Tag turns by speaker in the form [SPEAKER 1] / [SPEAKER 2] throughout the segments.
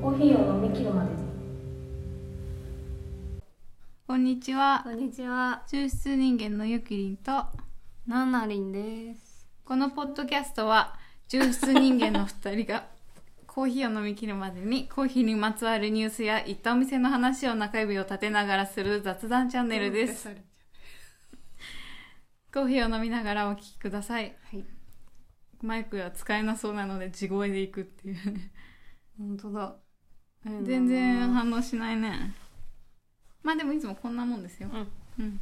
[SPEAKER 1] コーヒーを飲み切るまで
[SPEAKER 2] こんにちは
[SPEAKER 1] こんにちは
[SPEAKER 2] 抽出人間のゆきりんと
[SPEAKER 1] ナナリンです
[SPEAKER 2] このポッドキャストは抽出人間の2人がコーヒーを飲み切るまでにコーヒーにまつわるニュースや行ったお店の話を中指を立てながらする雑談チャンネルです コーヒーを飲みながらお聞きください
[SPEAKER 1] はい
[SPEAKER 2] マイクは使えなそうなので地声でいくっていうね
[SPEAKER 1] 本当だ
[SPEAKER 2] 全然反応しないねまあでもいつもこんなもんですよ
[SPEAKER 1] うん
[SPEAKER 2] うん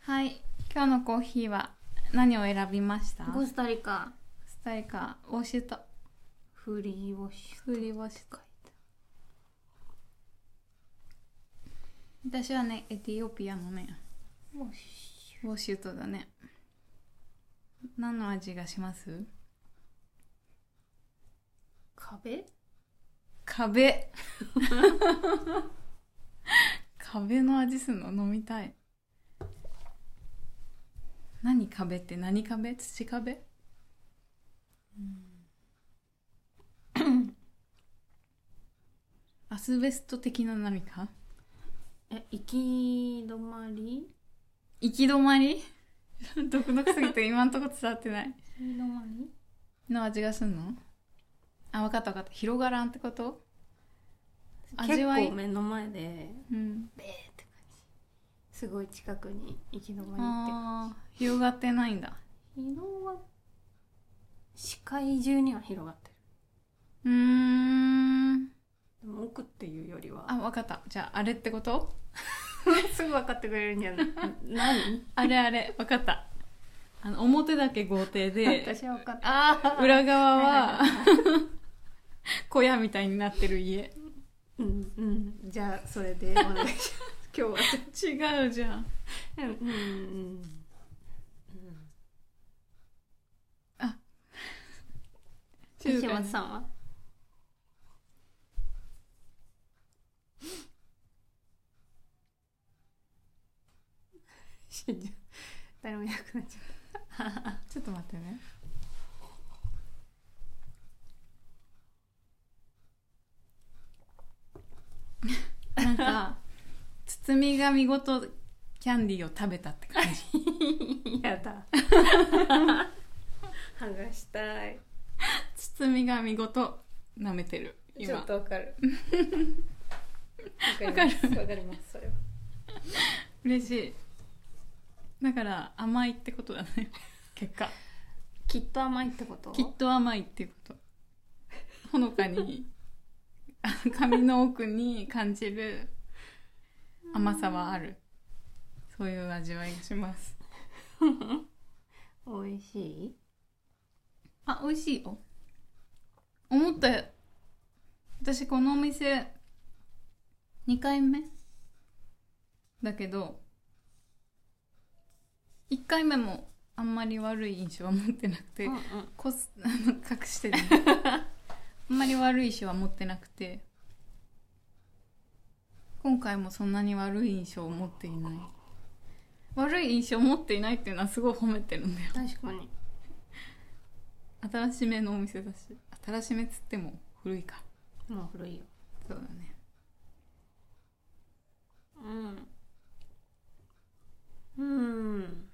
[SPEAKER 2] はい今日のコーヒーは何を選びました
[SPEAKER 1] コスタリカ
[SPEAKER 2] スタイカーウォシュと
[SPEAKER 1] フリーウォッシュ
[SPEAKER 2] フリーウォシュと私はねエティオピアのね
[SPEAKER 1] ウォッシ
[SPEAKER 2] ウォシュとだね何の味がします
[SPEAKER 1] ュ壁
[SPEAKER 2] 壁 壁の味すんの飲みたい何壁って何壁土壁 アスベスト的な何か
[SPEAKER 1] え行き止まり
[SPEAKER 2] 行き止まり 独特すぎて今んとこ伝わってない
[SPEAKER 1] 行き止まり
[SPEAKER 2] の味がすんのあ分かった分かった広がらんってこと
[SPEAKER 1] 結
[SPEAKER 2] 味わい
[SPEAKER 1] 構目の前で
[SPEAKER 2] うん
[SPEAKER 1] ベーって感じすごい近くに行き止ま
[SPEAKER 2] ああー広がってないんだ
[SPEAKER 1] りって広が視界中には広がって
[SPEAKER 2] うーん
[SPEAKER 1] るでも奥っていうよりは
[SPEAKER 2] あ分かったじゃああれってこと
[SPEAKER 1] すぐ分かってくれるんじゃない 何
[SPEAKER 2] あれあれ分かったあの表だけ豪邸で
[SPEAKER 1] 私は分かった
[SPEAKER 2] あー裏側は
[SPEAKER 1] はい
[SPEAKER 2] 小屋みたいになってる家
[SPEAKER 1] うんうんじゃあそれでお願いします今日は
[SPEAKER 2] 違うじゃん
[SPEAKER 1] うんうんうん
[SPEAKER 2] 静
[SPEAKER 1] 西
[SPEAKER 2] か
[SPEAKER 1] 本
[SPEAKER 2] に
[SPEAKER 1] さ んは死んじゃう誰もいなくなっちゃ
[SPEAKER 2] ちょっと待って ねなんか包み紙ごとキャンディーを食べたって感じ
[SPEAKER 1] うやだ 剥がしたい
[SPEAKER 2] 包み紙ごと舐めてる
[SPEAKER 1] ちょ
[SPEAKER 2] 今
[SPEAKER 1] っとわか るわかりますわかりますそれは
[SPEAKER 2] 嬉しいだから甘いってことだね結果
[SPEAKER 1] きっと甘いってこと
[SPEAKER 2] きっと甘いっていうことほのかにあの髪の奥に感じる甘さはあるそういう味わいがします
[SPEAKER 1] 美味しい
[SPEAKER 2] あ美味しいよ思ったよ私このお店2回目だけど1回目もあんまり悪い印象は持ってなくて、
[SPEAKER 1] うんうん
[SPEAKER 2] こす あの隠してねあんまり悪い印象は持ってなくて今回もそんなに悪い印象を持っていない悪い印象を持っていないっていうのはすごい褒めてるんだよ
[SPEAKER 1] 確かに
[SPEAKER 2] 新しめのお店だし新しめっつっても古いか
[SPEAKER 1] もう古いよ
[SPEAKER 2] そうだね
[SPEAKER 1] うんうん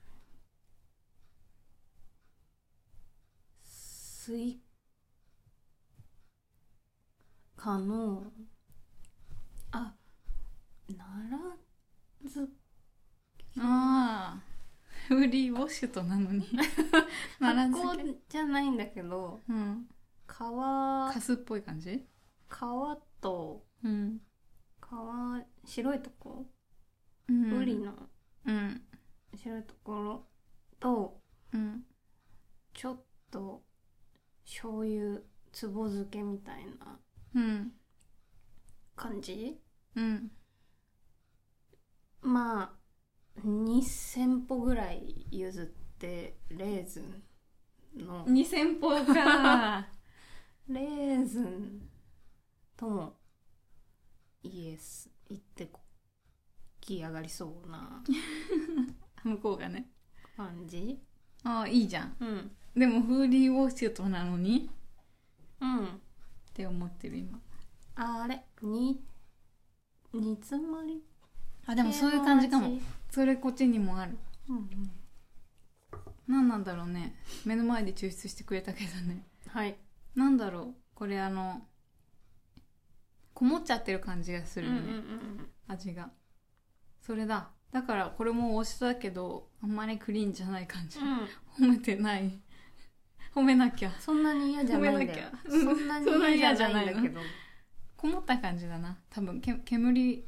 [SPEAKER 1] スイカのあ奈良漬
[SPEAKER 2] ああフリーウォッシュとなの に奈良
[SPEAKER 1] 発
[SPEAKER 2] 漬け
[SPEAKER 1] 酵じゃないんだけど
[SPEAKER 2] うん
[SPEAKER 1] 皮
[SPEAKER 2] カスっぽい感じ
[SPEAKER 1] 皮と
[SPEAKER 2] うん
[SPEAKER 1] 皮白いとこ
[SPEAKER 2] うん
[SPEAKER 1] ウリの
[SPEAKER 2] うん
[SPEAKER 1] 白いところと
[SPEAKER 2] うん
[SPEAKER 1] ちょっと醤油つぼ漬けみたいな
[SPEAKER 2] うん
[SPEAKER 1] 感じ
[SPEAKER 2] うん
[SPEAKER 1] まあ2,000歩ぐらい譲ってレーズンの
[SPEAKER 2] 2000歩か
[SPEAKER 1] レーズンともイエス言ってこき上がりそうな
[SPEAKER 2] 向こうがね
[SPEAKER 1] 感じ
[SPEAKER 2] ああいいじゃん
[SPEAKER 1] うん
[SPEAKER 2] でもフーリーウォシュートなのに
[SPEAKER 1] うん
[SPEAKER 2] って思ってる今
[SPEAKER 1] あれに煮詰まり
[SPEAKER 2] あでもそういう感じか
[SPEAKER 1] 系の
[SPEAKER 2] も
[SPEAKER 1] 味
[SPEAKER 2] それこっちにもある
[SPEAKER 1] うんうん
[SPEAKER 2] 何なんだろうね目の前で抽出してくれたけどね
[SPEAKER 1] はい
[SPEAKER 2] 何だろうこれあのこもっちゃってる感じがす
[SPEAKER 1] うん
[SPEAKER 2] る
[SPEAKER 1] う
[SPEAKER 2] よ
[SPEAKER 1] ん
[SPEAKER 2] ね、
[SPEAKER 1] うん
[SPEAKER 2] 味がそれだだからこれもお酢だけどあんまりクリーンじゃない感じ、
[SPEAKER 1] うん
[SPEAKER 2] 褒めてない褒めなきゃ
[SPEAKER 1] そんなに嫌じゃないんだよ
[SPEAKER 2] ごめんなきゃ
[SPEAKER 1] そんなに嫌じゃないんだけど
[SPEAKER 2] こもった感じだな多分け煙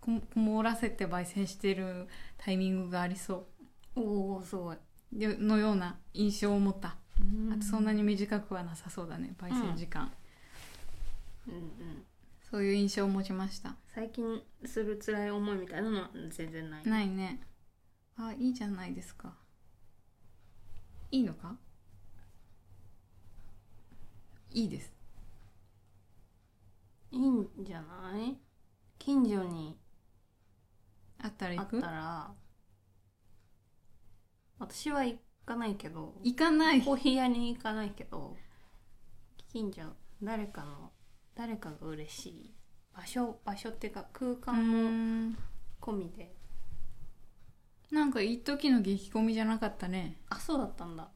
[SPEAKER 2] こもこもらせて焙煎してるタイミングがありそ
[SPEAKER 1] おおすごいう
[SPEAKER 2] でのような印象を持った、
[SPEAKER 1] う
[SPEAKER 2] あとそんなに短くはなさそうだね焙煎時間、
[SPEAKER 1] うんうん
[SPEAKER 2] そういう印象を持ちました
[SPEAKER 1] 最近する辛い思いみたいなのは全然ない
[SPEAKER 2] ないねあいいじゃないですかいいのかいいです
[SPEAKER 1] いいんじゃない近所に
[SPEAKER 2] あったら
[SPEAKER 1] あ
[SPEAKER 2] 行
[SPEAKER 1] った
[SPEAKER 2] く
[SPEAKER 1] ら私は行かないけど
[SPEAKER 2] 行かない
[SPEAKER 1] コーヒー屋に行かないけど近所誰かの誰かが嬉しい場所場所っていうか空
[SPEAKER 2] うー
[SPEAKER 1] 間も
[SPEAKER 2] ん
[SPEAKER 1] 込みで
[SPEAKER 2] なんか一時の激混みじゃなかったね
[SPEAKER 1] あそうだったんだ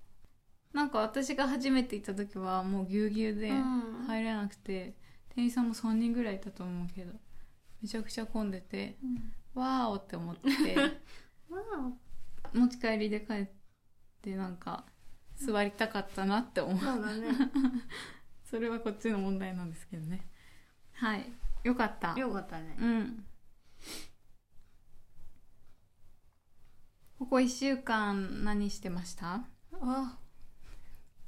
[SPEAKER 2] なんか私が初めて行った時はもうぎゅうぎゅうで
[SPEAKER 1] うん
[SPEAKER 2] 入れなくて、店員さんも3人ぐらいいたと思うけどめちゃくちゃ混んでてわーおって 思って
[SPEAKER 1] まあ
[SPEAKER 2] 持ち帰りで帰ってなんか座りたかったなって思う
[SPEAKER 1] そうだね
[SPEAKER 2] それはこっちの問題なんですけどねはいよかった
[SPEAKER 1] よかったね
[SPEAKER 2] うんここ1週間何してました
[SPEAKER 1] あ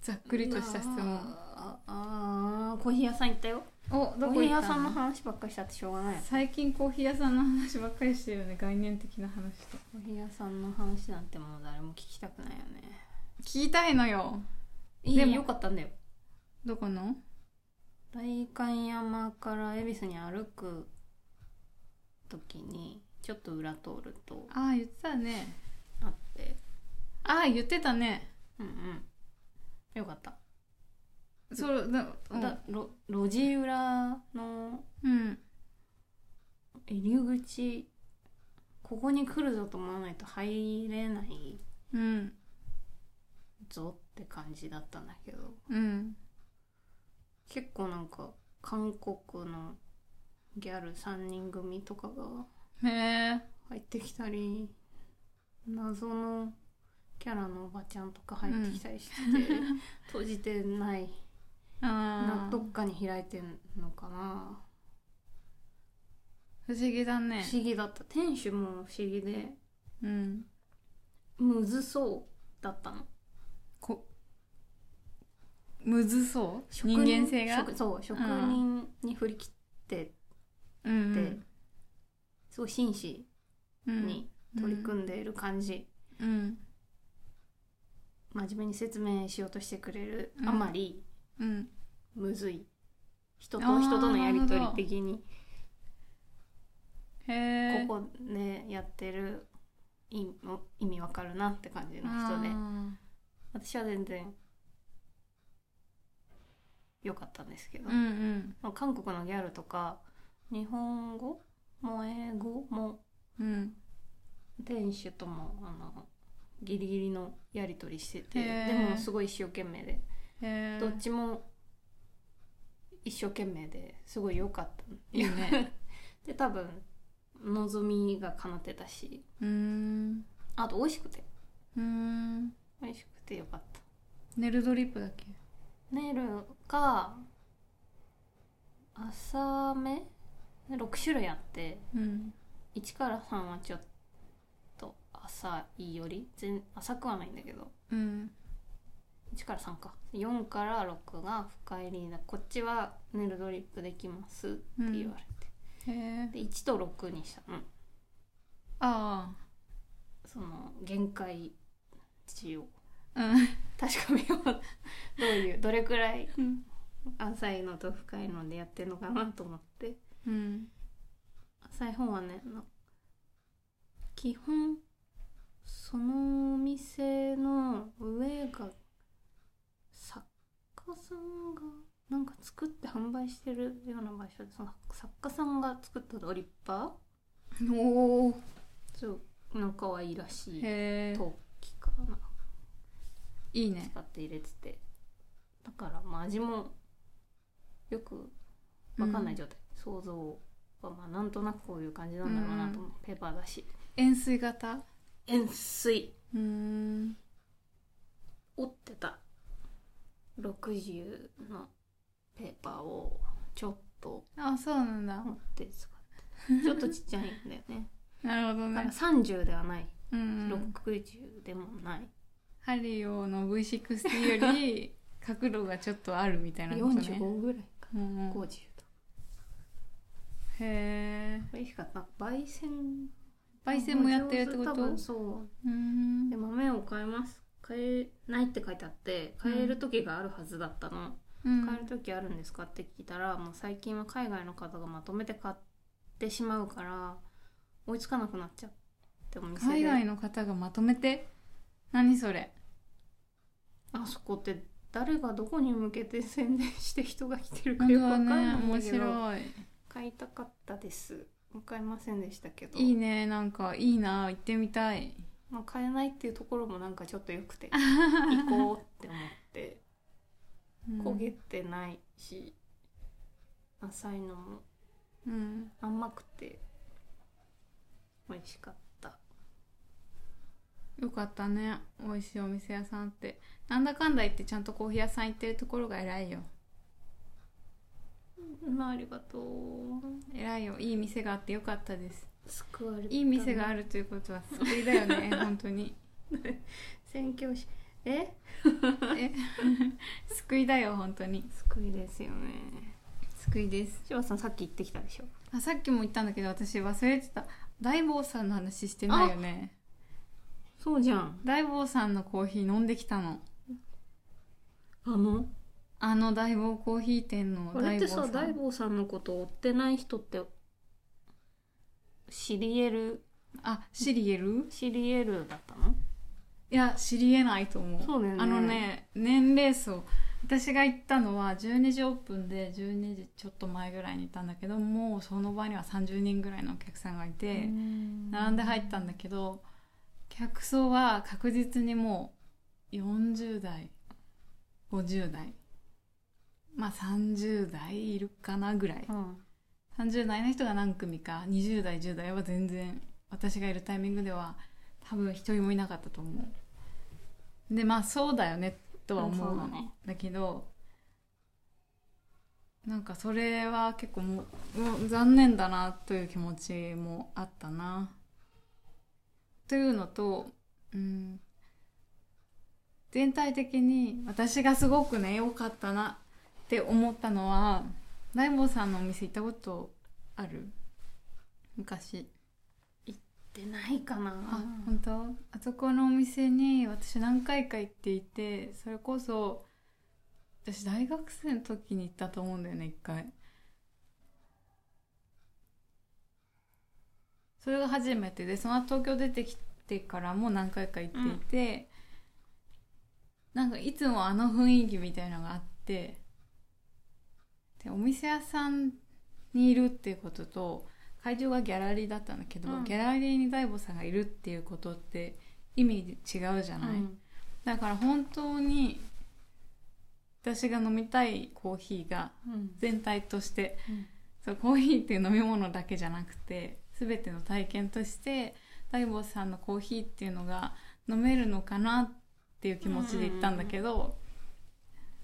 [SPEAKER 2] ざっくりとした質問
[SPEAKER 1] あああコーヒー屋さん行ったよ
[SPEAKER 2] お
[SPEAKER 1] コ
[SPEAKER 2] ど
[SPEAKER 1] ーヒ
[SPEAKER 2] こ行
[SPEAKER 1] ー
[SPEAKER 2] っ
[SPEAKER 1] 屋
[SPEAKER 2] た
[SPEAKER 1] さんの
[SPEAKER 2] の
[SPEAKER 1] 話ばっかりしちゃってしょうがない
[SPEAKER 2] 最近コーヒー屋さんの話ばっかりしてるよね概念的な話と
[SPEAKER 1] コーヒー屋さんの話なんてもう誰も聞きたくないよね
[SPEAKER 2] 聞きたいのよ
[SPEAKER 1] い
[SPEAKER 2] でも
[SPEAKER 1] いよかったんだよ
[SPEAKER 2] どこの
[SPEAKER 1] 代官山から恵比寿に歩く時にちょっと裏通ると
[SPEAKER 2] ああ言ってたね
[SPEAKER 1] あって
[SPEAKER 2] ああ言ってたね
[SPEAKER 1] うんうんよかった、
[SPEAKER 2] それだ
[SPEAKER 1] だろ路地裏の
[SPEAKER 2] うん
[SPEAKER 1] 入り口ここに来るぞと思わないと入れない
[SPEAKER 2] うん
[SPEAKER 1] ぞって感じだったんだけど
[SPEAKER 2] うん
[SPEAKER 1] 結構なんか韓国のギャル3人組とかが
[SPEAKER 2] へえ
[SPEAKER 1] 入ってきたり謎のキャラのおばちゃんとか入ってきたりしてて、 閉じてない
[SPEAKER 2] あ
[SPEAKER 1] な
[SPEAKER 2] あ
[SPEAKER 1] どっかに開いてんのかな、
[SPEAKER 2] 不思議だね
[SPEAKER 1] 不思議だった店主も不思議で
[SPEAKER 2] うん
[SPEAKER 1] むずそうだったの
[SPEAKER 2] こむずそう
[SPEAKER 1] 職
[SPEAKER 2] 人間性が
[SPEAKER 1] 職そう職人に振り切って
[SPEAKER 2] うん
[SPEAKER 1] すごい紳士
[SPEAKER 2] うん
[SPEAKER 1] に取り組んでいる感じ、
[SPEAKER 2] うん
[SPEAKER 1] 真面目に説明しようとしてくれる
[SPEAKER 2] うん
[SPEAKER 1] あまり
[SPEAKER 2] うん
[SPEAKER 1] むずい人
[SPEAKER 2] あ
[SPEAKER 1] と
[SPEAKER 2] ー
[SPEAKER 1] 人とのやり取
[SPEAKER 2] なる
[SPEAKER 1] り
[SPEAKER 2] ほど
[SPEAKER 1] 的に
[SPEAKER 2] へえこ
[SPEAKER 1] ここでやってる意味意味わかるなって感じの人で私は全然良かったんですけど
[SPEAKER 2] う、んうん
[SPEAKER 1] まあ韓国のギャルとか日本語も英語も
[SPEAKER 2] うん
[SPEAKER 1] 店主ともあのギリギリのやり取りしてて
[SPEAKER 2] へー
[SPEAKER 1] でもすごい一生懸命で
[SPEAKER 2] へえ
[SPEAKER 1] どっちも一生懸命ですごい良かった
[SPEAKER 2] いいね
[SPEAKER 1] で多分望みが叶ってたし
[SPEAKER 2] うーん
[SPEAKER 1] あと美味しくて
[SPEAKER 2] うーん
[SPEAKER 1] 美味しくてよかった
[SPEAKER 2] ネルドリップだっけ
[SPEAKER 1] ネイルが浅め6種類あって
[SPEAKER 2] うん
[SPEAKER 1] 1から3はちょっと浅いより全浅くはないんだけど
[SPEAKER 2] うん
[SPEAKER 1] 1から3か4から6が深入りだこっちはネルドリップできますって言われて、
[SPEAKER 2] へえ
[SPEAKER 1] で1と6にしたの
[SPEAKER 2] あ
[SPEAKER 1] その限界値を
[SPEAKER 2] あうん
[SPEAKER 1] 確かめようどういうどれくらい
[SPEAKER 2] うん
[SPEAKER 1] 浅いのと深いのでやってんのかなと思って
[SPEAKER 2] うん
[SPEAKER 1] 浅い方はねな基本そのお店の上が作家さんがなんか作って販売してるような場所でその作家さんが作ったドリッパー
[SPEAKER 2] おお
[SPEAKER 1] そうの可愛らしい
[SPEAKER 2] へえ
[SPEAKER 1] 陶器かない
[SPEAKER 2] いね
[SPEAKER 1] 使って入れててだからまあ味もよくわかんない状態、想像はまあなんとなくこういう感じなんだろうなと思う、ペーパーだし
[SPEAKER 2] 円錐型
[SPEAKER 1] 塩水
[SPEAKER 2] うーん
[SPEAKER 1] 折ってた60のペーパーをちょっと
[SPEAKER 2] あそうなんだ
[SPEAKER 1] 持って使ってちょっとちっちゃいんだよ ね
[SPEAKER 2] なるほど
[SPEAKER 1] だから
[SPEAKER 2] ね
[SPEAKER 1] 30ではない、
[SPEAKER 2] うん
[SPEAKER 1] 60でもない
[SPEAKER 2] ハリオの V60 よ り角度がちょっとあるみたいなことね
[SPEAKER 1] 45ぐらいか
[SPEAKER 2] うんうん
[SPEAKER 1] 50
[SPEAKER 2] へ
[SPEAKER 1] と
[SPEAKER 2] え
[SPEAKER 1] 美味しかった焙煎
[SPEAKER 2] 焙煎もやってるってこと
[SPEAKER 1] 多分そう
[SPEAKER 2] ーん
[SPEAKER 1] で豆を買えます買えないって書いてあって買える時があるはずだったの、
[SPEAKER 2] うん
[SPEAKER 1] 買える時あるんですかって聞いたらもう最近は海外の方がまとめて買ってしまうから追いつかなくなっちゃってお店で
[SPEAKER 2] 海外の方がまとめて何それ
[SPEAKER 1] あそこって誰がどこに向けて宣伝して人が来てるか
[SPEAKER 2] 本
[SPEAKER 1] よ
[SPEAKER 2] 当
[SPEAKER 1] くわか
[SPEAKER 2] は
[SPEAKER 1] んない
[SPEAKER 2] ね
[SPEAKER 1] んだ
[SPEAKER 2] 面
[SPEAKER 1] けど、
[SPEAKER 2] 白い
[SPEAKER 1] 買いたかったです買いませんでしたけど
[SPEAKER 2] いいねなんかいいな行ってみたい
[SPEAKER 1] まあ、買えないっていうところもなんかちょっと良 くて行こうって思って
[SPEAKER 2] うん
[SPEAKER 1] 焦げてないし浅いのも
[SPEAKER 2] うん
[SPEAKER 1] 甘くて美味しかった
[SPEAKER 2] よかったね美味しいお店屋さんってなんだかんだ言ってちゃんとコーヒー屋さん行ってるところが偉いよ
[SPEAKER 1] まあありがとう
[SPEAKER 2] 偉いよいい店があってよかったです
[SPEAKER 1] 救われた
[SPEAKER 2] いい店があ
[SPEAKER 1] る
[SPEAKER 2] るということは救いだよ ね本当に
[SPEAKER 1] 宣教師え
[SPEAKER 2] え 救いだよ本当に
[SPEAKER 1] 救いですよね
[SPEAKER 2] 救いです
[SPEAKER 1] 柴田さんさっき行ってきたでしょ
[SPEAKER 2] あさっきも言ったんだけど私忘れてた大坊さんの話してないよね
[SPEAKER 1] そうじゃん
[SPEAKER 2] 大坊さんのコーヒー飲んできたの
[SPEAKER 1] あの
[SPEAKER 2] あの大坊コーヒー店の
[SPEAKER 1] あれ
[SPEAKER 2] 大
[SPEAKER 1] って
[SPEAKER 2] 坊さ
[SPEAKER 1] さ
[SPEAKER 2] ん
[SPEAKER 1] 大坊さんのことを追ってない人って知り得る
[SPEAKER 2] あ知り得る
[SPEAKER 1] 知り得るだったの
[SPEAKER 2] いや知り得ないと思う
[SPEAKER 1] そうだよね
[SPEAKER 2] あのね年齢層私が行ったのは12時オープンで12時ちょっと前ぐらいに行ったんだけどもうその場には30人ぐらいのお客さんがいて並んで入ったんだけど客層は確実にもう40代50代まあ30代いるかなぐらい
[SPEAKER 1] うん
[SPEAKER 2] 30代の人が何組か20代10代は全然私がいるタイミングでは多分一人もいなかったと思うでまあそうだよねとは思う
[SPEAKER 1] うん
[SPEAKER 2] ん
[SPEAKER 1] そう
[SPEAKER 2] だ,、
[SPEAKER 1] だね
[SPEAKER 2] けどなんかそれは結構もうもう残念だなという気持ちもあったなというのとうん全体的に私がすごくね良かったなって思ったのは大坊さんのお店行ったことある昔
[SPEAKER 1] 出ないかな
[SPEAKER 2] あ本当あそこのお店に私何回か行っていてそれこそ私大学生の時に行ったと思うんだよね一回それが初めてでその後東京出てきてからも何回か行っていて、なんかいつもあの雰囲気みたいなのがあってでお店屋さんにいるっていうことと会場がギャラリーだったんだけど、
[SPEAKER 1] うん
[SPEAKER 2] ギャラリーに大悟さんがいるっていうことって意味違うじゃない、
[SPEAKER 1] うん
[SPEAKER 2] だから本当に私が飲みたいコーヒーが
[SPEAKER 1] うん
[SPEAKER 2] 全体として
[SPEAKER 1] うん
[SPEAKER 2] そうコーヒーっていう飲み物だけじゃなくて全ての体験として大坊さんのコーヒーっていうのが飲めるのかなっていう気持ちで行ったんだけど、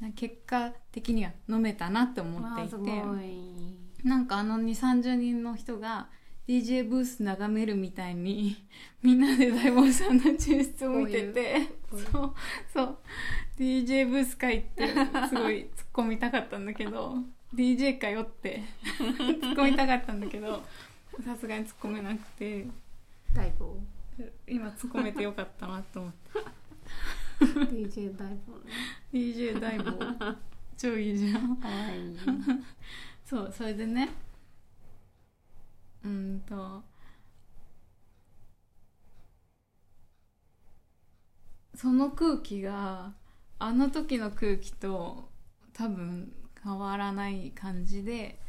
[SPEAKER 2] な結果的には飲めたなって思っていて。
[SPEAKER 1] あーすごい
[SPEAKER 2] なんかあの2、30人の人が DJ ブース眺めるみたいに みんなで大坊さんの抽出を見てて
[SPEAKER 1] こういう
[SPEAKER 2] そうそう DJ ブース会ってすごい突っ込みたかったんだけ ど DJ かよって突っ込みたかったんだけどさすがに突っ込めなくて
[SPEAKER 1] 大棒
[SPEAKER 2] 今突っ込めてよかったなと思って
[SPEAKER 1] DJ 大棒ね
[SPEAKER 2] DJ 大 坊超いいじゃん
[SPEAKER 1] かわいい
[SPEAKER 2] そうそれでねうーんとその空気があの時の空気と多分変わらない感じで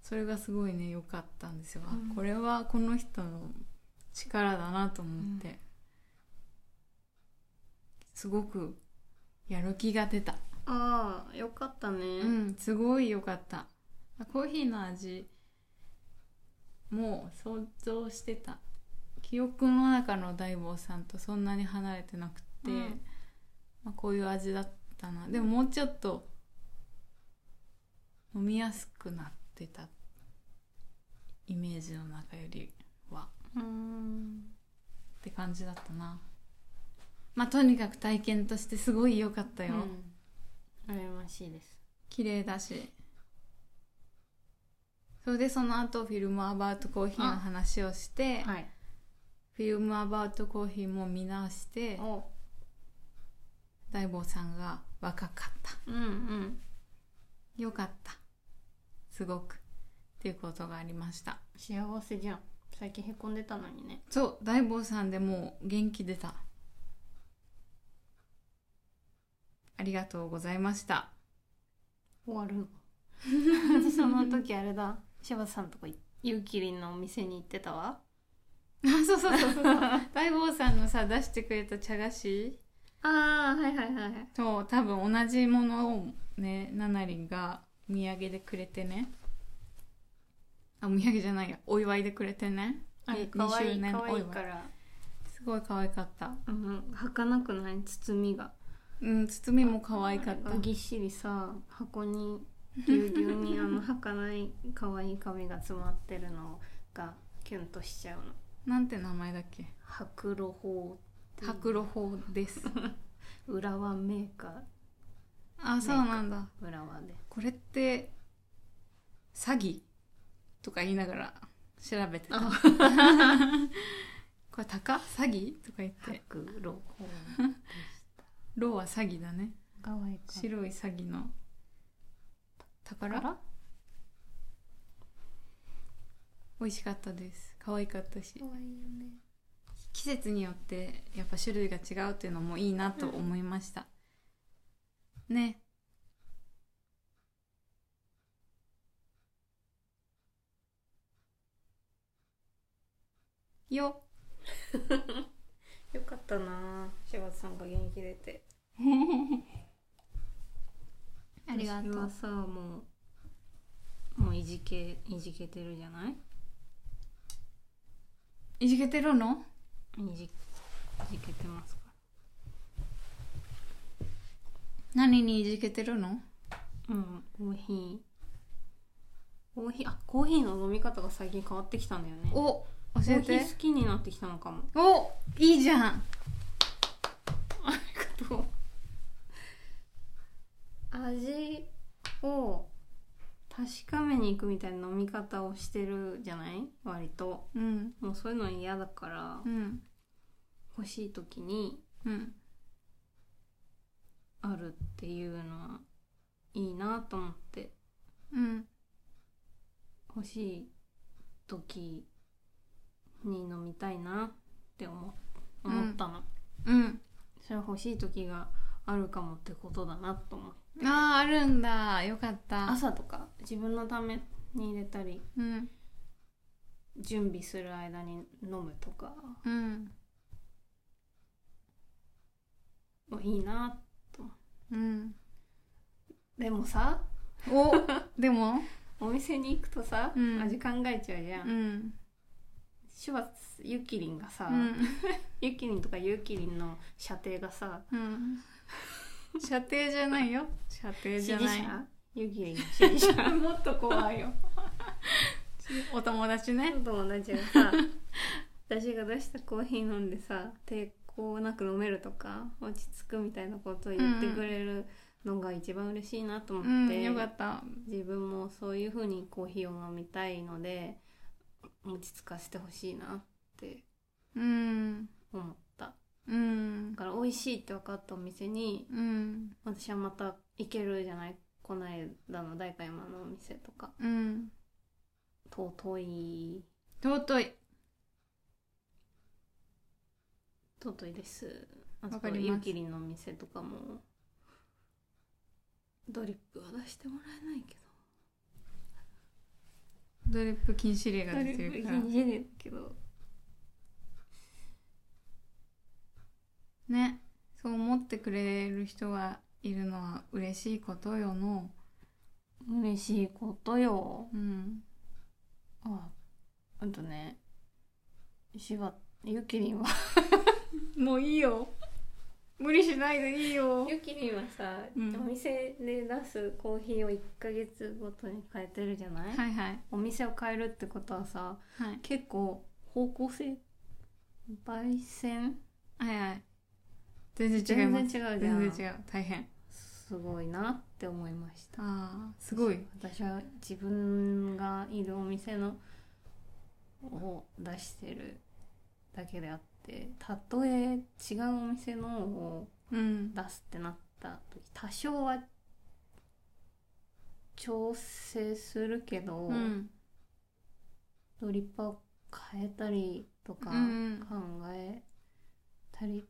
[SPEAKER 2] それがすごいね良かったんですよ、あ
[SPEAKER 1] うん
[SPEAKER 2] これはこの人の力だなと思って、
[SPEAKER 1] うん
[SPEAKER 2] すごくやる気が出た、
[SPEAKER 1] ああよかったね、
[SPEAKER 2] うん、すごい良かったあコーヒーの味もう想像してた記憶の中の大坊さんとそんなに離れてなくって、
[SPEAKER 1] うん
[SPEAKER 2] まあ、こういう味だったなでももうちょっと飲みやすくなってたイメージの中よりは
[SPEAKER 1] うん
[SPEAKER 2] って感じだったなまあとにかく体験としてすごい良かったよ、
[SPEAKER 1] うん、羨ましいです
[SPEAKER 2] 綺麗だしそれでその後フィルムアバウトコーヒーの話をして、
[SPEAKER 1] はい
[SPEAKER 2] フィルムアバウトコーヒーも見直して
[SPEAKER 1] お
[SPEAKER 2] 大坊さんが若かった
[SPEAKER 1] うんうん
[SPEAKER 2] 良かったすごくっていうことがありました
[SPEAKER 1] 幸せじゃん最近へこんでたのにね
[SPEAKER 2] そう大坊さんでもう元気出たありがとうございました
[SPEAKER 1] 終わる のその時あれだ柴田さんとこゆうきりんのお店に行ってたわ
[SPEAKER 2] あそうそうそうそうそ う大坊さんのさ出してくれた茶菓子
[SPEAKER 1] ああはいはいはい
[SPEAKER 2] と多分同じものをねナナリンがお土産でくれてねあお土産じゃないやお祝いでくれてね
[SPEAKER 1] あれ
[SPEAKER 2] に
[SPEAKER 1] かわ
[SPEAKER 2] 二周
[SPEAKER 1] いい
[SPEAKER 2] 年
[SPEAKER 1] か
[SPEAKER 2] の
[SPEAKER 1] わ
[SPEAKER 2] お
[SPEAKER 1] いい
[SPEAKER 2] 祝い
[SPEAKER 1] から
[SPEAKER 2] すごい可愛かった
[SPEAKER 1] うん儚くない包みが
[SPEAKER 2] うん包みも可愛かった
[SPEAKER 1] あれがぎっしりさ箱にぎゅうぎゅうにあの 儚い可愛い髪が詰まってるのがキュンとしちゃうの
[SPEAKER 2] なんて名前だっけ
[SPEAKER 1] 白露法
[SPEAKER 2] 白露法です
[SPEAKER 1] 浦和メーカ
[SPEAKER 2] あそうなんだ
[SPEAKER 1] ー浦和で
[SPEAKER 2] これって詐欺とか言いながら調べてた これ高詐欺とか言って
[SPEAKER 1] 白露法
[SPEAKER 2] ローは詐欺だね
[SPEAKER 1] 可愛いか
[SPEAKER 2] 白い詐欺の宝
[SPEAKER 1] 宝
[SPEAKER 2] 美味しかったです可愛かったし
[SPEAKER 1] 愛いよね
[SPEAKER 2] 季節によってやっぱ種類が違うっていうのもいいなと思いました、ねよ
[SPEAKER 1] よかったな柴田さんが元気出て
[SPEAKER 2] ありがと
[SPEAKER 1] 私は
[SPEAKER 2] う
[SPEAKER 1] さもうもういじけいじけてるじゃない
[SPEAKER 2] いじけてるの
[SPEAKER 1] いじいじけてますか
[SPEAKER 2] 何にいじけてるの
[SPEAKER 1] らうんコーヒーコーヒーあコーヒーの飲み方が最近変わってきたんだよね
[SPEAKER 2] お
[SPEAKER 1] コ
[SPEAKER 2] 教え
[SPEAKER 1] ーヒ
[SPEAKER 2] て
[SPEAKER 1] ー好きになってきたのかも
[SPEAKER 2] おいいじゃん
[SPEAKER 1] 味を確かめに行くみたいな飲み方をしてるじゃない割と
[SPEAKER 2] うん
[SPEAKER 1] もうそういうの嫌だから
[SPEAKER 2] うん
[SPEAKER 1] 欲しい時に
[SPEAKER 2] うん
[SPEAKER 1] あるっていうのはいいなと思って
[SPEAKER 2] うん
[SPEAKER 1] 欲しい時に飲みたいなって思
[SPEAKER 2] うん
[SPEAKER 1] 思ったの、
[SPEAKER 2] うん
[SPEAKER 1] それは欲しい時があるかもってことだなと思って
[SPEAKER 2] あああるんだよかった
[SPEAKER 1] 朝とか自分のために入れたり
[SPEAKER 2] うん
[SPEAKER 1] 準備する間に飲むとか
[SPEAKER 2] うん
[SPEAKER 1] いいな
[SPEAKER 2] うん
[SPEAKER 1] でもさ
[SPEAKER 2] おでも
[SPEAKER 1] お店に行くとさ、
[SPEAKER 2] うん
[SPEAKER 1] 味考えちゃうじゃ、
[SPEAKER 2] うんん
[SPEAKER 1] シュワツユキリンがさ、
[SPEAKER 2] うん
[SPEAKER 1] ユキリンとかユキリンの射程がさ
[SPEAKER 2] うん射程じゃないよ射程じ
[SPEAKER 1] 支
[SPEAKER 2] ゃ
[SPEAKER 1] 持
[SPEAKER 2] ない
[SPEAKER 1] 者ユキリンの支 持者もっと怖い よ
[SPEAKER 2] お友達ね
[SPEAKER 1] お友達がさ私が出したコーヒー飲んでさ抵抗なく飲めるとか落ち着くみたいなことを言ってくれるのが一番嬉しいなと
[SPEAKER 2] う
[SPEAKER 1] 思って、
[SPEAKER 2] んよかった
[SPEAKER 1] 自分もそういう風にコーヒーを飲みたいので落ち着かせてほしいなって
[SPEAKER 2] うん
[SPEAKER 1] 思った
[SPEAKER 2] うん
[SPEAKER 1] だから美味しいって分かったお店に
[SPEAKER 2] うん
[SPEAKER 1] 私はまた行けるじゃないこの間の代官山のお店とか
[SPEAKER 2] うん
[SPEAKER 1] 尊い
[SPEAKER 2] 尊い
[SPEAKER 1] とうといですあそ
[SPEAKER 2] わ
[SPEAKER 1] こ
[SPEAKER 2] かります
[SPEAKER 1] ゆきりんのお店とかもドリップは出してもらえないけど
[SPEAKER 2] ドリップ禁止令が
[SPEAKER 1] ドリ
[SPEAKER 2] 出
[SPEAKER 1] ッ
[SPEAKER 2] てる
[SPEAKER 1] プ禁
[SPEAKER 2] から
[SPEAKER 1] 止令だけど
[SPEAKER 2] ねそう思ってくれる人がいるのは嬉しいことよの
[SPEAKER 1] 嬉しいことよ
[SPEAKER 2] うん
[SPEAKER 1] ああとね柴ゆきりんは
[SPEAKER 2] もういいよ無理しないでいいよ
[SPEAKER 1] ゆきりんはさ、
[SPEAKER 2] うん
[SPEAKER 1] お店で出すコーヒーを1ヶ月ごとに変えてるじゃない、
[SPEAKER 2] はいはい
[SPEAKER 1] お店を変えるってことはさ
[SPEAKER 2] はい
[SPEAKER 1] 結構方向性焙煎
[SPEAKER 2] はいはい全然違い
[SPEAKER 1] 全
[SPEAKER 2] ま
[SPEAKER 1] 然
[SPEAKER 2] す
[SPEAKER 1] 違うじゃん
[SPEAKER 2] 全然違う大変
[SPEAKER 1] すごいなって思いました
[SPEAKER 2] ああすごい
[SPEAKER 1] 私は自分がいるお店のを出してるだけであってたとえ違うお店のを
[SPEAKER 2] うん
[SPEAKER 1] 出すってなった時多少は調整するけど、
[SPEAKER 2] うん
[SPEAKER 1] ドリッパーを変えたりとか
[SPEAKER 2] う
[SPEAKER 1] 考
[SPEAKER 2] ん
[SPEAKER 1] えたり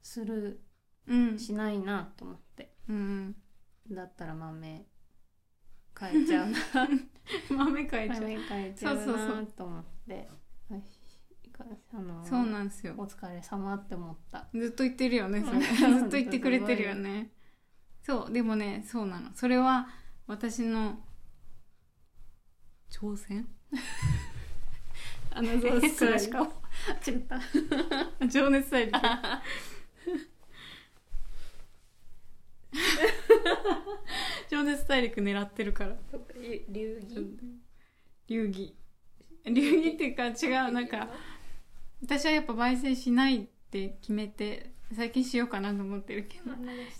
[SPEAKER 1] する、
[SPEAKER 2] うん
[SPEAKER 1] しないなと思って
[SPEAKER 2] うん
[SPEAKER 1] だったら豆変えちゃ うな
[SPEAKER 2] 豆かいちゃう
[SPEAKER 1] 豆変えちゃう
[SPEAKER 2] そうそうそ
[SPEAKER 1] なと思ってよしあの
[SPEAKER 2] そうなんですよ
[SPEAKER 1] お疲れ様って思った
[SPEAKER 2] ずっと言ってるよねそれずっと言ってくれてるよねそうでもねそうなのそれは私の挑戦
[SPEAKER 1] あの
[SPEAKER 2] そう
[SPEAKER 1] それし
[SPEAKER 2] そ
[SPEAKER 1] か も違った
[SPEAKER 2] 情熱大陸 情熱大陸狙ってるから
[SPEAKER 1] 流儀
[SPEAKER 2] 流儀流儀っていうか違うなんか私はやっぱ焙煎しないって決めて最近しようかなと思ってるけど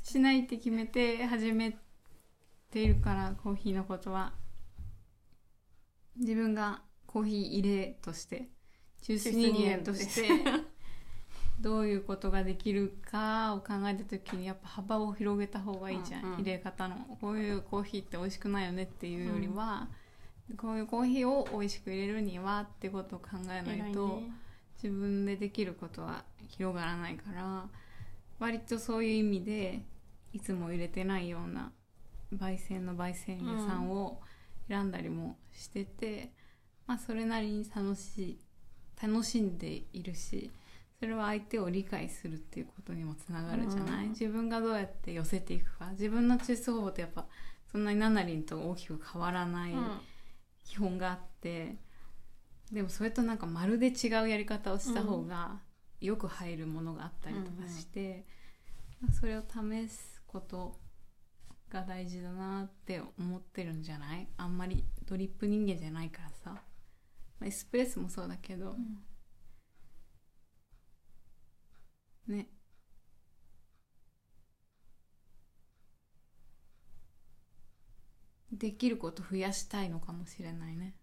[SPEAKER 2] しないって決めて始めているからコーヒーのことは自分がコーヒー入れとして中枢人間としてどういうことができるかを考えた時にやっぱ幅を広げた方がいいじゃん、
[SPEAKER 1] うんうん
[SPEAKER 2] 入れ方のこういうコーヒーって美味しくないよねっていうよりは、こういうコーヒーを美味しく入れるにはってことを考えないと。自分でできることは広がらないから割とそういう意味でいつも入れてないような焙煎の焙煎屋さんを選んだりもしてて、まあそれなりに楽しい楽しんでいるしそれは相手を理解するっていうことにもつながるじゃない、
[SPEAKER 1] うん
[SPEAKER 2] 自分がどうやって寄せていくか自分の中枢法ってやっぱそんなにナナリンと大きく変わらない、基本があってでもそれとなんかまるで違うやり方をした方がよく入るものがあったりとかして、それを試すことが大事だなって思ってるんじゃないあんまりドリップ人間じゃないからさ、まあエスプレッソもそうだけど、ねできること増やしたいのかもしれないね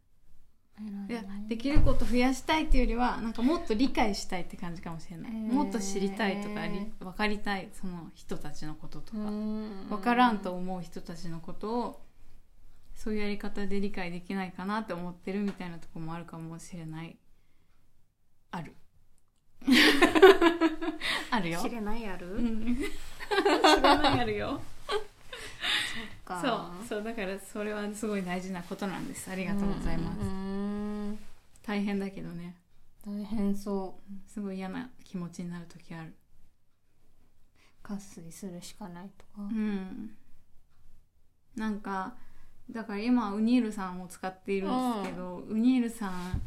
[SPEAKER 2] いやできること増やしたいっていうよりはなんかもっと理解したいって感じかもしれない、
[SPEAKER 1] へー
[SPEAKER 2] もっと知りたいとかり分かりたいその人たちのこととか、分
[SPEAKER 1] 分
[SPEAKER 2] からんと思う人たちのことをそういうやり方で理解できないかなって思ってるみたいなとこもあるかもしれないある あるよ
[SPEAKER 1] 知れないある、
[SPEAKER 2] うん知らないあるよ
[SPEAKER 1] か
[SPEAKER 2] そうそうだからそれはすごい大事なことなんですありがとうございます、
[SPEAKER 1] うーん
[SPEAKER 2] 大変だけどね
[SPEAKER 1] 大変そう
[SPEAKER 2] すごい嫌な気持ちになる時ある
[SPEAKER 1] 喝水するしかないとか、
[SPEAKER 2] うんなんかだから今ウニールさんを使っているんですけど、ウニールさん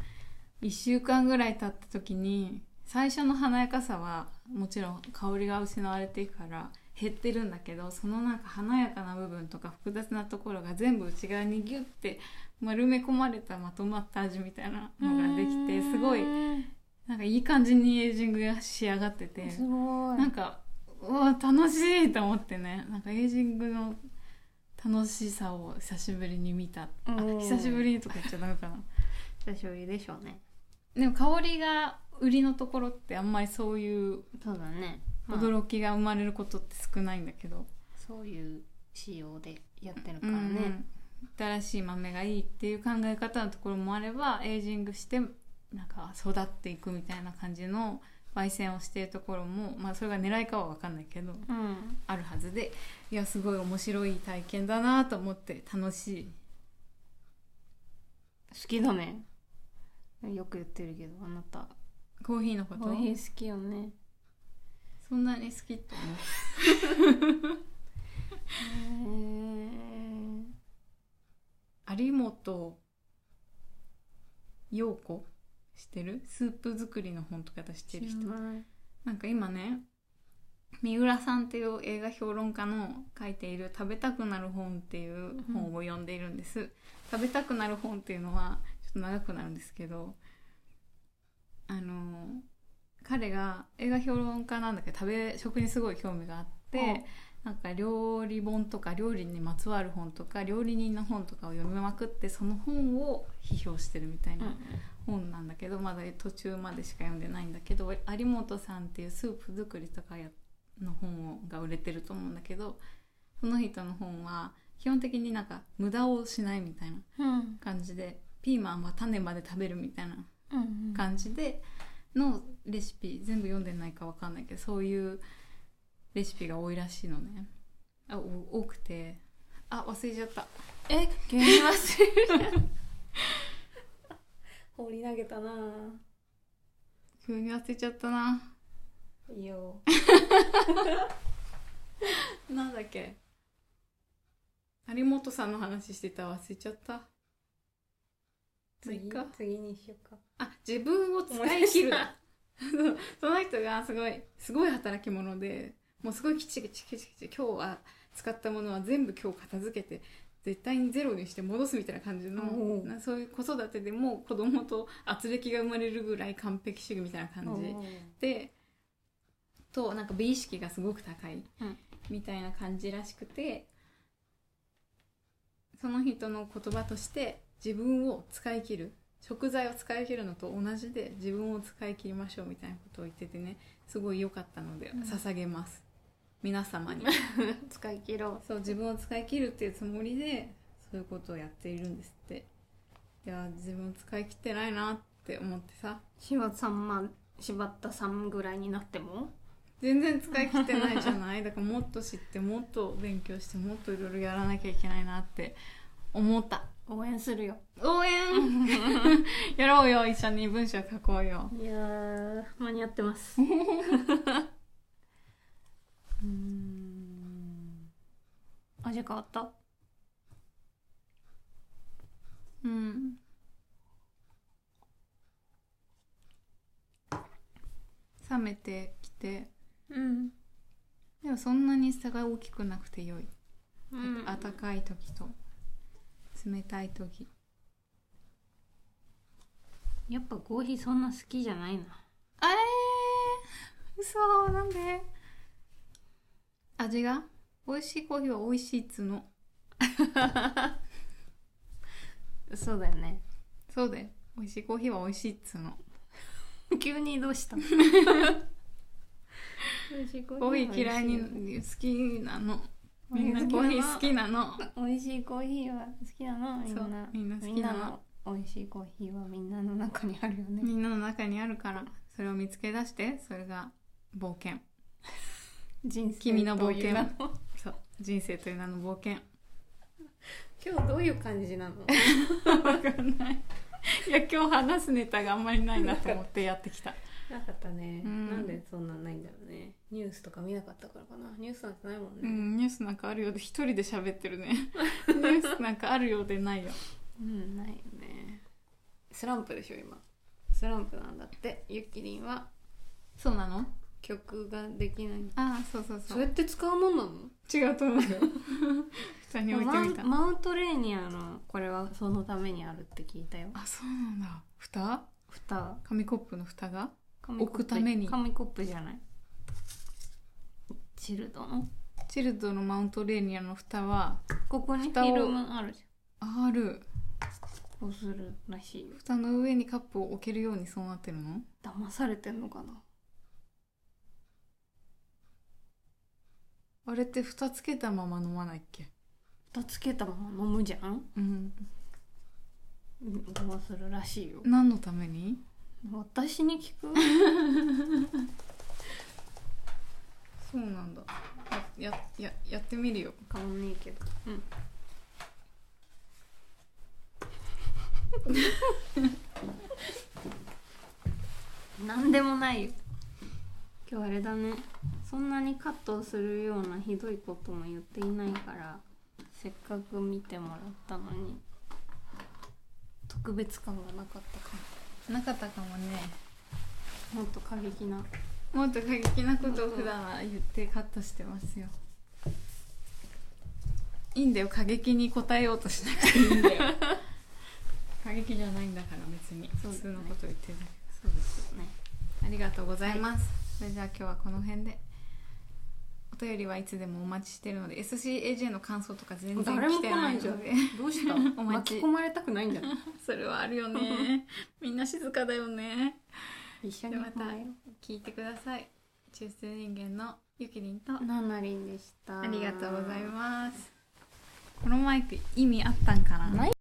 [SPEAKER 2] 1週間ぐらい経った時に最初の華やかさはもちろん香りが失われていくから減ってるんだけどそのなんか華やかな部分とか複雑なところが全部内側にギュッて丸め込まれたまとまった味みたいなのができてすごいなんかいい感じにエイジングが仕上がってて
[SPEAKER 1] すごい
[SPEAKER 2] なんかうわ楽しいと思ってねなんかエイジングの楽しさを久しぶりに見たあ
[SPEAKER 1] うん
[SPEAKER 2] 久しぶりとか言っちゃダメかな
[SPEAKER 1] 久しぶりでしょうね
[SPEAKER 2] でも香りが売りのところってあんまりそういう
[SPEAKER 1] そうだね、まあ
[SPEAKER 2] 驚きが生まれることって少ないんだけど、
[SPEAKER 1] そういう仕様でやってるか
[SPEAKER 2] うん
[SPEAKER 1] ら
[SPEAKER 2] うん
[SPEAKER 1] ね、
[SPEAKER 2] 新しい豆がいいっていう考え方のところもあればエイジングしてなんか育っていくみたいな感じの焙煎をしているところも、まあ、それが狙いかは分かんないけど
[SPEAKER 1] うん
[SPEAKER 2] あるはずでいやすごい面白い体験だなと思って楽しい
[SPEAKER 1] 好きだねよく言ってるけどあなた
[SPEAKER 2] コーヒーのこと
[SPEAKER 1] コーヒー好きよね
[SPEAKER 2] そんなに好きと思う
[SPEAKER 1] へー
[SPEAKER 2] 有本陽子知ってるスープ作りの本とか出してる人
[SPEAKER 1] 知らない
[SPEAKER 2] なんか今ね三浦さんっていう映画評論家の書いている「食べたくなる本」っていう本を読んでいるんです、食べたくなる本っていうのはちょっと長くなるんですけどあの彼が映画評論家なんだけど食べ食にすごい興味があって、
[SPEAKER 1] うん
[SPEAKER 2] なんか料理本とか料理にまつわる本とか料理人の本とかを読みまくってその本を批評してるみたいな本なんだけどまだ途中までしか読んでないんだけど有本さんっていうスープ作りとかやの本が売れてると思うんだけどその人の本は基本的になんか無駄をしないみたいな
[SPEAKER 1] うん
[SPEAKER 2] 感じでピーマンは種まで食べるみたいな
[SPEAKER 1] うん
[SPEAKER 2] 感じでのレシピ全部読んでないかわかんないけどそういうレシピが多いらしいのねあお多くてあ忘れちゃった
[SPEAKER 1] えゲーム忘れる放り投げたな
[SPEAKER 2] 急に忘れちゃったない
[SPEAKER 1] いよ
[SPEAKER 2] なんだっけ有本さんの話してた忘れちゃったまあいいか
[SPEAKER 1] 次にしようか
[SPEAKER 2] あ自分を使い切るだ そうその人がすごいすごい働き者でもうすごいきちきちきちきち今日は使ったものは全部今日片付けて絶対にゼロにして戻すみたいな感じの
[SPEAKER 1] おう
[SPEAKER 2] なそういう子育てでも子供と圧力が生まれるぐらい完璧主義みたいな感じでとなんか美意識がすごく高い
[SPEAKER 1] うん
[SPEAKER 2] みたいな感じらしくて、その人の言葉として自分を使い切る食材を使い切るのと同じで自分を使い切りましょうみたいなことを言っててねすごい良かったので
[SPEAKER 1] うん
[SPEAKER 2] 捧げます、皆様に
[SPEAKER 1] 使い切ろ
[SPEAKER 2] そう自分を使い切るっていうつもりでそういうことをやっているんですっていや自分を使い切ってないなって思ってさ
[SPEAKER 1] う柴田さんま柴田さんぐらいになっても
[SPEAKER 2] 全然使い切ってないじゃないだからもっと知ってもっと勉強してもっといろいろやらなきゃいけないなって思った
[SPEAKER 1] 応援するよ
[SPEAKER 2] 応援 やろうよ一緒に文章書こうよ
[SPEAKER 1] いやー間に合ってます うん味変わった
[SPEAKER 2] うん冷めてきて
[SPEAKER 1] うん、
[SPEAKER 2] でもそんなに差が大きくなくて良い
[SPEAKER 1] うん、
[SPEAKER 2] 暖かい時と冷たい時
[SPEAKER 1] やっぱコーヒーそんな好きじゃないな
[SPEAKER 2] あえー、嘘なんで味が美味しいコーヒーは美味しいっつうの
[SPEAKER 1] そうだよね
[SPEAKER 2] そうだよ美味しいコーヒーは美味しいっつうの
[SPEAKER 1] 急にどうした 美味しいコ
[SPEAKER 2] コーヒー嫌いに好きなのみんなコーヒー好きなの
[SPEAKER 1] 美味しいコーヒーは好きなのみん
[SPEAKER 2] そう
[SPEAKER 1] な
[SPEAKER 2] みんな好きなの
[SPEAKER 1] みんなの美味しいコーヒーはみんなの中にあるよね
[SPEAKER 2] みんなの中にあるからそれを見つけ出してそれが冒険
[SPEAKER 1] 人生
[SPEAKER 2] 君の冒険
[SPEAKER 1] という名の
[SPEAKER 2] そう人生という名の冒険
[SPEAKER 1] 今日どういう感じなの
[SPEAKER 2] わかんないいや今日話すネタがあんまりないなと思ってやってきた
[SPEAKER 1] なかったね
[SPEAKER 2] うん
[SPEAKER 1] なんでそんなんないんだろうねニュースとか見なかったからかなニュースなんてないもん
[SPEAKER 2] う
[SPEAKER 1] ね
[SPEAKER 2] んニュースなんかあるようで一人で喋ってる ねニュースなんかあるようでないよ
[SPEAKER 1] うんないよねスランプでしょ今スランプなんだってゆきりんは
[SPEAKER 2] そうなの
[SPEAKER 1] 曲ができない
[SPEAKER 2] ああそうそう
[SPEAKER 1] そうやって使うもんなの
[SPEAKER 2] 違うと思うよ下に置いて
[SPEAKER 1] マウ
[SPEAKER 2] み
[SPEAKER 1] ン
[SPEAKER 2] た
[SPEAKER 1] マウントレーニアのこれはそのためにあるって聞いたよ
[SPEAKER 2] あそうなんだ蓋
[SPEAKER 1] 蓋
[SPEAKER 2] 紙コップの蓋が
[SPEAKER 1] 紙コップ
[SPEAKER 2] 置くために
[SPEAKER 1] 紙コップじゃないチルドの
[SPEAKER 2] チルドのマウントレーニアの蓋は
[SPEAKER 1] ここにフ
[SPEAKER 2] 蓋を
[SPEAKER 1] ィルムあるじ
[SPEAKER 2] ある
[SPEAKER 1] ゃんこうするらしいよ
[SPEAKER 2] 蓋の上にカップを置けるようにそうなってるの
[SPEAKER 1] 騙されてんのかな
[SPEAKER 2] あれって蓋つけたまま飲まないっけ
[SPEAKER 1] 蓋つけたまま飲むじゃん
[SPEAKER 2] うん
[SPEAKER 1] うんこうするらしいよ
[SPEAKER 2] 何のために
[SPEAKER 1] 私に聞く
[SPEAKER 2] そうなんだややややってみるよ
[SPEAKER 1] 変わんねえけどうん なんでもないよ今日あれだねそんなにカットするようなひどいことも言っていないからせっかく見てもらったのに特別感がなかったか
[SPEAKER 2] なかったかもね
[SPEAKER 1] ももっと過激な
[SPEAKER 2] もっと過激なことを普段は言ってカットしてますよいいんだよ過激に答えようとしなくていいんだよ 過激じゃないんだから別に
[SPEAKER 1] そう
[SPEAKER 2] 普
[SPEAKER 1] です
[SPEAKER 2] 通
[SPEAKER 1] ね
[SPEAKER 2] のことを言ってるだ
[SPEAKER 1] そうですよね
[SPEAKER 2] けありがとうございます、それじゃあ今日はこの辺でお便りはいつでもお待ちしてるので SCAJ の感想とか全然
[SPEAKER 1] 誰も
[SPEAKER 2] 来てないので
[SPEAKER 1] 来ないどうした
[SPEAKER 2] お待ち
[SPEAKER 1] 巻き込まれたくないんだよ
[SPEAKER 2] それはあるよ ねみんな静かだよね
[SPEAKER 1] 一緒
[SPEAKER 2] で
[SPEAKER 1] に
[SPEAKER 2] また
[SPEAKER 1] 考えよ
[SPEAKER 2] 聞いてください中世人間のゆきりんと
[SPEAKER 1] うナナリンでした
[SPEAKER 2] ありがとうございます。このマイク意味あったんかな。
[SPEAKER 1] ない